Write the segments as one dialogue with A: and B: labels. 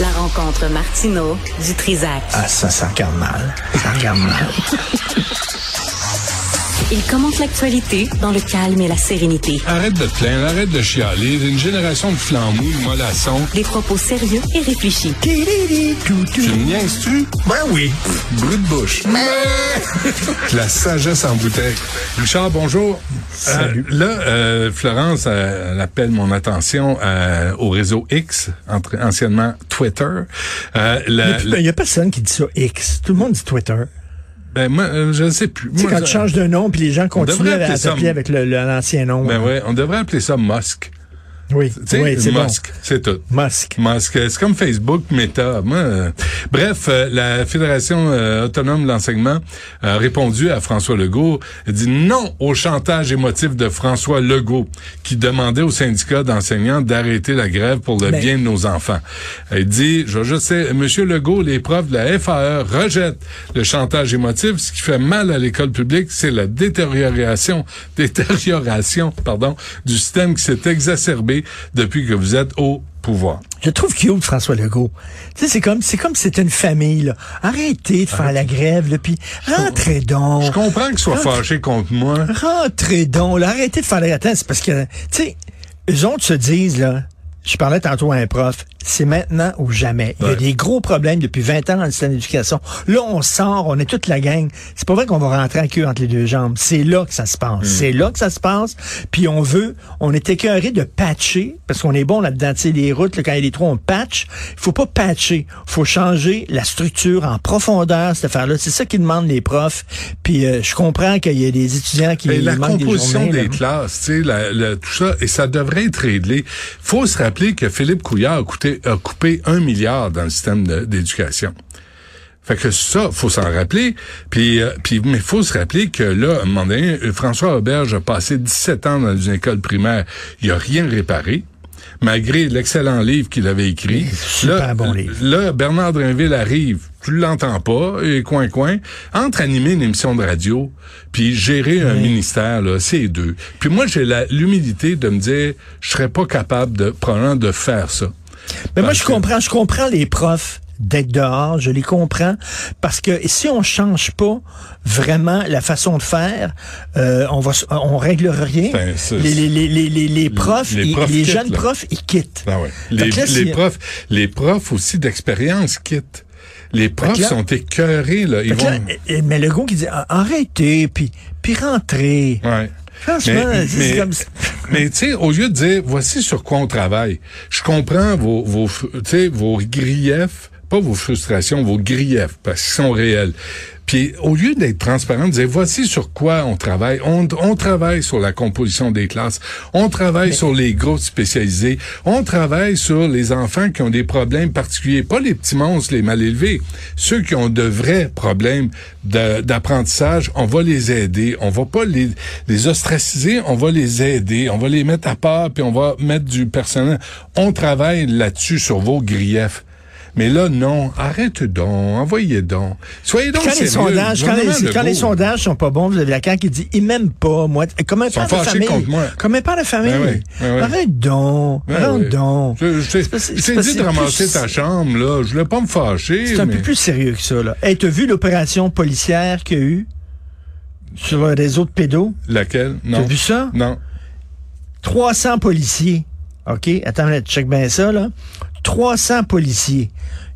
A: La rencontre Martino du Trizac.
B: Ah, ça, ça regarde mal. Ça regarde mal.
A: Il commente l'actualité dans le calme et la sérénité.
C: Arrête de te plaindre, arrête de chialer. Une génération de flambous, de mollassons.
A: Des propos sérieux et réfléchis.
B: Tiriri, tout, tout.
C: Tu me niaises-tu?
B: Ben oui.
C: Brut de bouche. La sagesse en bouteille. Richard, bonjour.
B: Salut.
C: Euh, là, euh, Florence, euh, elle appelle mon attention euh, au réseau X, entre- anciennement Twitter. Euh, la-
B: Ben, Il n'y a, personne qui dit ça X. Tout le monde dit Twitter.
C: ben, moi, euh, je ne sais plus.
B: Tu sais,
C: Moi,
B: quand
C: je-
B: tu changes de nom, puis les gens continuent
C: devrait
B: à
C: appeler ça-
B: t'appeler avec le- le- l'ancien nom.
C: Ben ouais, on devrait appeler ça Musk.
B: oui,
C: Tu sais,
B: oui c'est bon.
C: Musk, c'est tout.
B: Musk.
C: Musk, euh, c'est comme Facebook, Meta. Moi, euh, bref, euh, la Fédération euh, autonome de l'enseignement a répondu à François Legault, elle dit non au chantage émotif de François Legault, qui demandait au syndicat d'enseignants d'arrêter la grève pour le
B: Ben.
C: bien de nos enfants. Elle dit, je, je sais, Monsieur Legault, les profs de la FAE rejettent le chantage émotif. Ce qui fait mal à l'école publique, c'est la détérioration, détérioration, pardon, du système qui s'est exacerbé depuis que vous êtes au pouvoir.
B: Je le trouve cute François Legault. Tu sais, c'est comme, c'est comme si c'était une famille. Là. Arrêtez de faire la grève, là, puis rentrez donc.
C: Je comprends qu'il soit fâché contre moi.
B: Hein? Rentrez donc, là, arrêtez de faire la Attends, c'est parce que, tu sais, eux autres se disent, là, je parlais tantôt à un prof, c'est maintenant ou jamais. Il y a
C: Ouais.
B: des gros problèmes depuis 20 ans dans le système d'éducation. Là, on sort, on est toute la gang. C'est pas vrai qu'on va rentrer en queue entre les deux jambes. C'est là que ça se passe. C'est là que ça se passe. Puis on veut, on est écœuré de patcher, parce qu'on est bon là-dedans, tu sais, les routes, là, quand il y a des trous, on patch. Il faut pas patcher. faut changer la structure en profondeur, cette affaire-là. C'est ça qu'ils demandent les profs. Puis euh, je comprends qu'il y a des étudiants qui
C: Et la
B: manquent des hein?
C: composition
B: journées,
C: des,
B: là.
C: classes, tu sais, la- la- tout ça, et ça devrait être réglé. Faut se rappeler que Philippe Couillard a, coûté- a coupé un milliard dans le système de- d'éducation. Fait que ça, faut s'en rappeler. Puis, euh, puis, mais faut se rappeler que là, à un moment donné, euh, François Auberge a passé 17 ans dans une école primaire. Il a rien réparé, malgré l'excellent livre qu'il avait écrit.
B: super bon livre.
C: Là, Bernard Drinville arrive, tu l'entends pas, et coin coin, entre animer une émission de radio, puis gérer un ministère, là, c'est deux. Puis moi, j'ai la- l'humilité de me dire, je serais pas capable de, probablement, de faire ça.
B: Mais moi,
C: Parce
B: je
C: que-
B: comprends, je comprends les profs d'être dehors, je les comprends, parce que si on change pas vraiment la façon de faire, euh, on va, s- on règle rien.
C: Ben, c'est-
B: les, les, les, les, les, les profs,
C: les
B: ils- les,
C: profs quittent,
B: jeunes
C: là.
B: profs, ils quittent.
C: Ah ouais.
B: Fait
C: Les,
B: que là,
C: les
B: si-
C: profs, les profs aussi d'expérience quittent. Les profs
B: que là-
C: sont écœurés, là. Ils
B: fait que là,
C: vont...
B: eh, mais le gars qui dit Ah, arrêtez, puis puis rentrez.
C: Ouais.
B: Franchement,
C: Mais-
B: c'est
C: mais-
B: comme
C: Mais tu sais, au lieu de dire voici sur quoi on travaille, je comprends vos vos fr- tu sais vos griefs, pas vos frustrations, vos griefs parce qu'ils sont réels. Puis au lieu d'être transparent, de dire voici sur quoi on travaille. On, on travaille sur la composition des classes, on travaille sur les groupes spécialisés, on travaille sur les enfants qui ont des problèmes particuliers, pas les petits monstres, les mal élevés, ceux qui ont de vrais problèmes de- d'apprentissage, on va les aider, on va pas les les ostraciser, on va les aider, on va les mettre à part, puis on va mettre du personnel. On travaille là-dessus sur vos griefs. Mais là, non, arrête donc, envoyez donc. Soyez donc
B: Quand les,
C: sérieux.
B: sondages, quand,
C: Gouvernement
B: les, quand les
C: Legault.
B: sondages sont pas bons, vous avez la CAQ qui dit « Ils m'aiment pas, moi. » Comme un
C: sont
B: père de
C: fâchés
B: famille.
C: contre moi.
B: Comme un père de famille.
C: Ben oui, ben oui.
B: Arrête donc.
C: Ben
B: rentre
C: oui.
B: donc.
C: Je, je t'ai-
B: C'est parce-
C: je
B: c'est
C: t'ai
B: parce
C: dit
B: que
C: de
B: c'est
C: ramasser
B: plus-
C: ta chambre, là. Je voulais pas me fâcher.
B: C'est un
C: mais-
B: peu plus sérieux que ça, là. Hey, t'as vu l'opération policière qu'il y a eu sur le réseau de pédos?
C: Laquelle? Non.
B: T'as vu ça?
C: Non.
B: 300 policiers. OK? Attends, une minute, check bien ça, là. 300 policiers.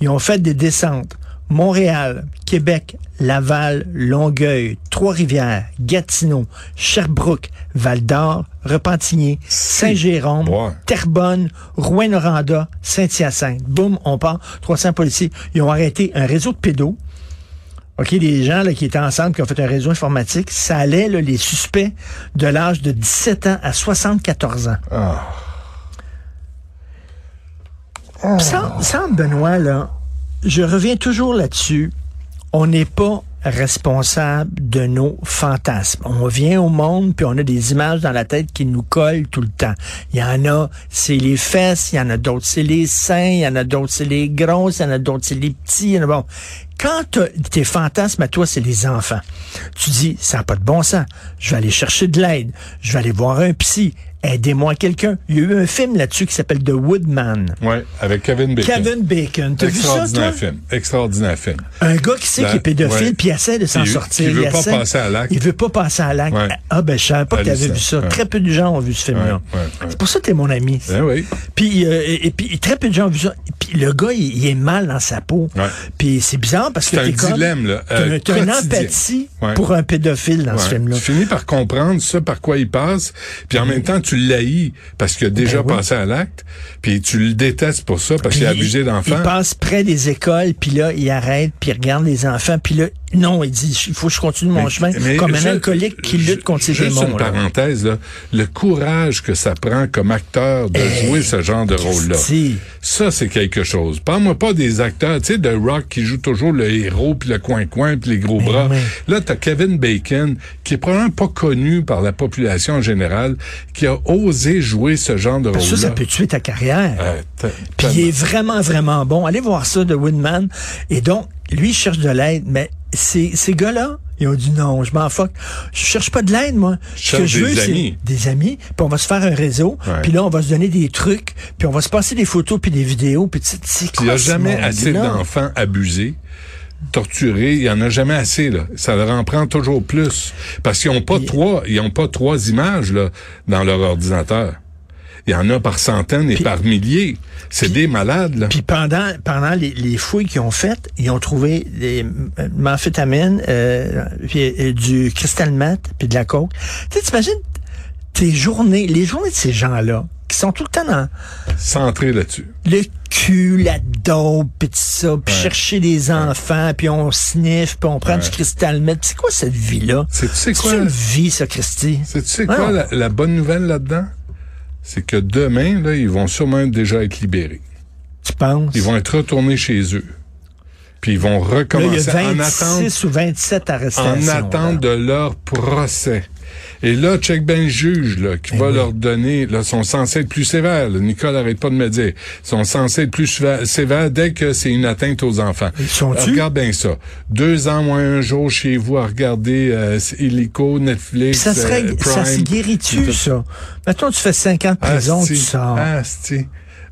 B: Ils ont fait des descentes. Montréal, Québec, Laval, Longueuil, Trois-Rivières, Gatineau, Sherbrooke, Val-d'Or, Repentigny, Saint-Jérôme,
C: Ouais.
B: Terrebonne, Rouen-Noranda, Saint-Hyacinthe. Boum, on part. 300 policiers. Ils ont arrêté un réseau de pédos. OK, les gens là, qui étaient ensemble, qui ont fait un réseau informatique, ça allait, là, les suspects, de l'âge de 17 ans à 74 ans.
C: Ah.
B: Puis Sans, sans Benoît, là, je reviens toujours là-dessus. On n'est pas responsable de nos fantasmes. On vient au monde, puis on a des images dans la tête qui nous collent tout le temps. Il y en a, c'est les fesses, il y en a d'autres, c'est les seins, il y en a d'autres, c'est les grosses, il y en a d'autres, c'est les petits. il y en a- bon. Quand t'as- tes fantasmes à toi, c'est les enfants, tu dis, ça n'a pas de bon sens. Je vais aller chercher de l'aide. Je vais aller voir un psy. aidez-moi quelqu'un. Il y a eu un film là-dessus qui s'appelle The Woodman.
C: Ouais, avec Kevin Bacon.
B: Kevin Bacon. T'as vu ça,
C: Extraordinaire
B: toi?
C: film. Extraordinaire film.
B: Un gars qui sait
C: Ben,
B: qu'il est pédophile,
C: ouais.
B: puis il essaie de s'en
C: Il-
B: sortir.
C: il veut pas
B: essaie-
C: passer à l'acte.
B: Il veut pas passer à l'acte.
C: Ouais.
B: Ah ben, je savais pas que t'avais vu ça.
C: Hallucinant. Ouais.
B: Très peu de gens ont vu ce film-là.
C: Ouais, ouais, ouais.
B: C'est pour ça que t'es mon ami.
C: Ben oui.
B: Puis, euh, et, et puis très peu de gens ont vu ça. Puis le gars, il, il est mal dans sa peau.
C: Ouais.
B: Puis c'est bizarre parce que
C: C'est un
B: t'es comme...
C: dilemme, là,
B: t'as
C: euh,
B: un- T'as une
C: quotidien.
B: empathie
C: Ouais.
B: pour un pédophile dans ce
C: Ouais.
B: film-là.
C: Tu finis par comprendre ce par quoi il passe, puis en même temps, tu l'haïs parce qu'il a déjà
B: Ben oui.
C: passé à l'acte, puis tu le détestes pour ça parce qu'il a
B: Puis il-
C: abusé d'enfants.
B: Il passe près des écoles, puis là, il arrête, puis il regarde les enfants, puis là, non, il dit, il faut que je continue mon chemin,
C: Mais
B: comme
C: ju-
B: un alcoolique qui
C: ju-
B: lutte contre ses
C: juste
B: démons.
C: une
B: là.
C: parenthèse, là, le courage que ça prend comme acteur de jouer ce genre de rôle-là.
B: Christy.
C: Ça, c'est quelque chose. Parle-moi pas des acteurs, tu sais, de Rock qui joue toujours le héros, puis le coin-coin, puis les gros bras.
B: oui.
C: Là, t'as Kevin Bacon, qui est probablement pas connu par la population en général, qui a osé jouer ce genre de
B: Parce que
C: rôle-là.
B: ça, ça peut tuer ta carrière.
C: Euh, t-
B: Puis il est
C: tellement.
B: vraiment, vraiment bon. Allez voir ça de Woodman. Et donc, lui, il cherche de l'aide, mais ces, ces gars-là, ils ont dit non, je m'en fuck. Je cherche pas de l'aide, moi.
C: Je
B: Ce que
C: cherche
B: je
C: des
B: veux, c'est
C: amis.
B: des amis, puis on va se faire un réseau,
C: Ouais.
B: puis là, on va se donner des trucs, puis on va se passer des photos, puis des vidéos, puis tu sais,
C: Il n'y a jamais assez d'enfants abusés, torturés. Il n'y en a jamais assez, là. Ça leur en prend toujours plus. Parce qu'ils n'ont pas trois, ils ont pas trois images, là, dans leur ordinateur. Il y en a par centaines et par milliers. C'est des malades, là.
B: Puis pendant pendant les, les fouilles qu'ils ont faites, ils ont trouvé des euh, de l'amphétamine, euh, puis, euh, du cristal mat, puis de la coke. Tu sais, t'imagines tes journées, les journées de ces gens-là, qui sont tout le temps dans
C: Centrés là-dessus.
B: le cul, la dope, puis tout ça, puis chercher des enfants, puis on sniffe, puis on prend du cristal mat. C'est quoi cette vie-là?
C: C'est- tu sais
B: C'est
C: quoi?
B: une vie, ça, Christy?
C: C'est- Tu sais
B: Ouais,
C: quoi,
B: on-
C: la, la bonne nouvelle là-dedans? C'est que demain, là, ils vont sûrement déjà être libérés.
B: Tu penses?
C: Ils vont être retournés chez eux. Puis ils vont
B: Là, il y
C: recommencer
B: a
C: en attente
B: 26 ou 27
C: en
B: arrestations.
C: attente de leur procès. Et là, check ben le juge là,
B: Eh
C: qui va leur donner, là, sont censés être plus sévères. là. Nicole arrête pas de me dire, sont censés être plus cheva- sévères dès que c'est une atteinte aux enfants.
B: Ils sont
C: Alors,
B: tu?
C: Regarde bien ça. Deux ans moins un jour chez vous à regarder euh, Illico, Netflix,
B: Puis ça se,
C: euh,
B: règle- ça se
C: Prime. Ah,
B: guérit-tu, ça? Mettons, tu fais 5 ans de prison,
C: Asti,
B: tu sors.
C: asti.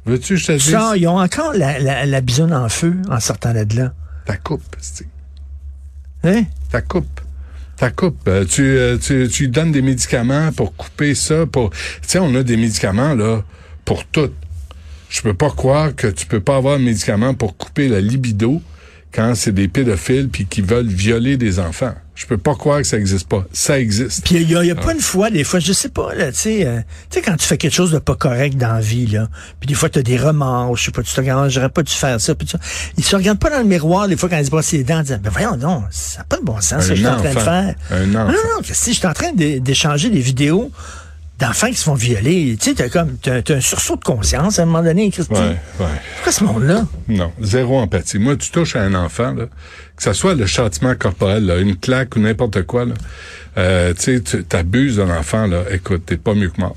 C: Veux-tu que je te
B: Tu
C: dise
B: sors, ils ont encore la, la, la bisonne en feu en sortant de là.
C: ta coupe, asti.
B: Hein?
C: ta coupe. Ta coupe. Euh, tu, euh, tu, tu lui donnes des médicaments pour couper ça. Pour... Tu sais, on a des médicaments, là, pour tout. Je peux pas croire que tu peux pas avoir de médicaments pour couper la libido quand c'est des pédophiles puis qui veulent violer des enfants. Je peux pas croire que ça existe pas. Ça existe.
B: Puis il y a, il y a
C: Ah.
B: pas une fois, des fois, je sais pas, là, tu sais, euh, tu sais, quand tu fais quelque chose de pas correct dans la vie, là, puis des fois, t'as des remords, je sais pas, tu te regardes, j'aurais pas dû faire ça, puis tout ça. Ils se regardent pas dans le miroir, des fois, quand ils se brossent les dents, en disant, ben voyons non, ça n'a pas de bon sens, ce que je suis en train de
C: enfant.
B: faire.
C: Un
B: Non,
C: enfant.
B: non, que si je suis en train d'é- d'échanger des vidéos d'enfants qui se font violer, tu sais, t'as comme, t'as t'as un sursaut de conscience à un moment donné, Christy.
C: Ouais, Ah, ouais.
B: Pourquoi ce monde-là?
C: Non, zéro empathie. Moi, tu touches à un enfant, là, que ça soit le châtiment corporel, là, une claque ou n'importe quoi, là, euh, tu sais, tu abuses d'un enfant, là, écoute, t'es pas mieux que mort.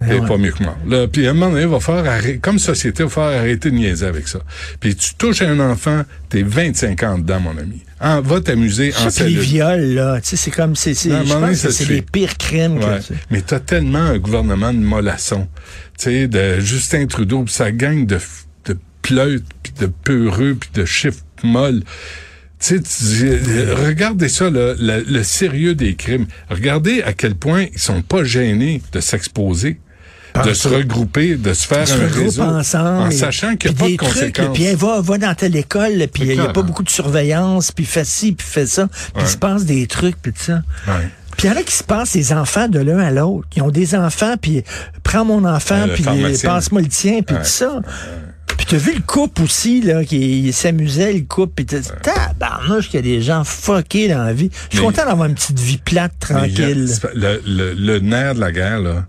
C: T'es
B: Ben ouais.
C: pas mieux que mort. Là, puis à un moment donné, va faire arrêter, comme société, va faire arrêter de niaiser avec ça. Puis tu touches à un enfant, t'es 25 ans dedans, mon ami. En- va t'amuser en
B: Ça, puis les
C: cellule.
B: viols, là, tu sais, c'est comme, c'est, c'est-
C: Non, à un
B: je
C: moment donné,
B: pense que
C: ça
B: c'est
C: tue.
B: les pires crimes. que-
C: Ouais. Mais t'as tellement un gouvernement de mollassons, tu sais, de Justin Trudeau, pis sa gang de, f- de pleutes, puis de peureux, puis de chiffres molles. Tu sais, tu dis, euh, regardez ça, là, la- le sérieux des crimes. Regardez à quel point ils sont pas gênés de s'exposer, de se regrouper, de se faire
B: Ils se
C: un
B: regroupent
C: réseau,
B: ensemble.
C: en
B: et-
C: sachant qu'il n'y
B: puis
C: a pas
B: des
C: de
B: trucs, là,
C: conséquences.
B: Puis hey, va, va dans telle école, là, puis il
C: C'est
B: n'y a,
C: clair,
B: pas
C: hein.
B: beaucoup de surveillance, puis fais ci, puis fais ça, puis
C: Ouais.
B: il se passe des trucs, puis tout ça.
C: Ouais.
B: Puis il y en a qui se passent des enfants de l'un à l'autre. Ils ont des enfants, puis prends mon enfant,
C: Ouais, Euh, le
B: puis
C: pharmacien.
B: passe-moi le tien, puis tout ça. Puis t'as vu le couple aussi, là, qui il s'amusait, le couple, puis t'as dit, tabarnouche, qu'il y a des gens fuckés dans la vie. Je suis
C: Mais-
B: content d'avoir une petite vie plate,
C: Mais il y a-
B: tranquille.
C: c'est pas- le, le- le nerf de la guerre, là,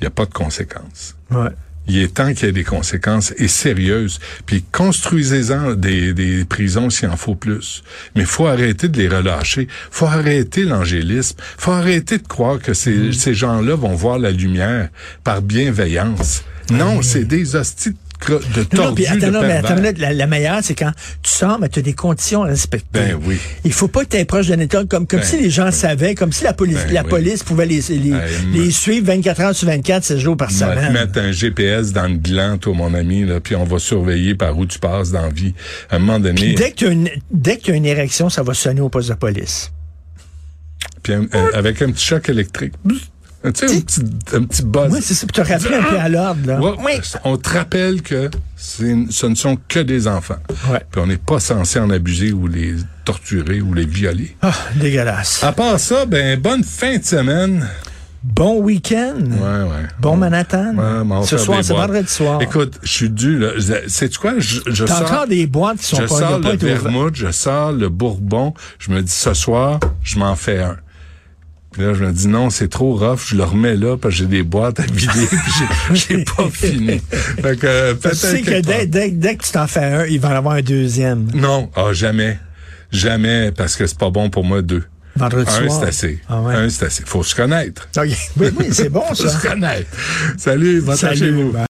C: il n'y a pas de conséquences.
B: Ouais.
C: Il est temps qu'il y ait des conséquences et sérieuses. Puis construisez-en des, des prisons s'il en faut plus. Mais faut arrêter de les relâcher. faut arrêter l'angélisme. faut arrêter de croire que ces,
B: Mm.
C: ces gens-là vont voir la lumière par bienveillance. Non, c'est des hosties de cre- de
B: Ah Non, non,
C: tordu,
B: puis attends,
C: de
B: non, mais attends
C: pervers.
B: une minute, la, la meilleure, c'est quand tu sors, mais tu as des conditions à respecter.
C: Ben oui.
B: Il faut pas que tu es proche d'un état comme, comme
C: Ben
B: si les gens savaient, comme si la police,
C: Ben
B: la
C: oui.
B: police pouvait les, les,
C: Ben,
B: les
C: me-
B: suivre 24 heures sur 24, 7 jours par
C: va te
B: semaine.
C: mettre un GPS dans le gland, toi, mon ami, là, puis on va surveiller par où tu passes dans la vie. À un moment donné,
B: Dès que tu as une, dès que t'as une érection, ça va sonner au poste de police.
C: puis un- un- avec un petit choc électrique. Bzz. Tu sais, un petit, un petit buzz.
B: Moi, c'est ça, pour te rappeler un peu à l'ordre, là.
C: Ouais, On te rappelle que c'est- ce ne sont que des enfants.
B: Ouais.
C: Puis on n'est pas censé en abuser ou les torturer ou les violer.
B: Ah, dégueulasse.
C: À part ça, ben bonne fin de semaine.
B: Bon week-end.
C: Ouais, ouais.
B: Bon Manhattan.
C: Ouais, mais on va
B: Ce
C: faire
B: soir,
C: des
B: c'est
C: boîtes.
B: vendredi soir.
C: Écoute, je suis dû. là. Sais-tu quoi? Je, je
B: T'as
C: sors-
B: encore des boîtes qui sont
C: je
B: pas, qui
C: sors
B: ont pas
C: le
B: été ouvertes.
C: vermouth, je sors le bourbon. Je me dis, ce soir, je m'en fais un. Puis là, je me dis, non, c'est trop rough. Je le remets là parce que j'ai des boîtes à vider puis j'ai- j'ai pas fini. Fait que, euh,
B: Tu sais
C: peut-être
B: que
C: quelque part.
B: dès, dès- dès que tu t'en fais un, il va en avoir un deuxième.
C: Non, ah, jamais. Jamais, parce que c'est pas bon pour moi, deux.
B: Vendredi
C: Un,
B: soir.
C: c'est assez.
B: Ah ouais.
C: Un, c'est assez. Faut se connaître.
B: Ok. Oui, oui, c'est bon,
C: Faut
B: ça.
C: se connaître. Salut, va
B: Salut,
C: chez vous.
B: bye.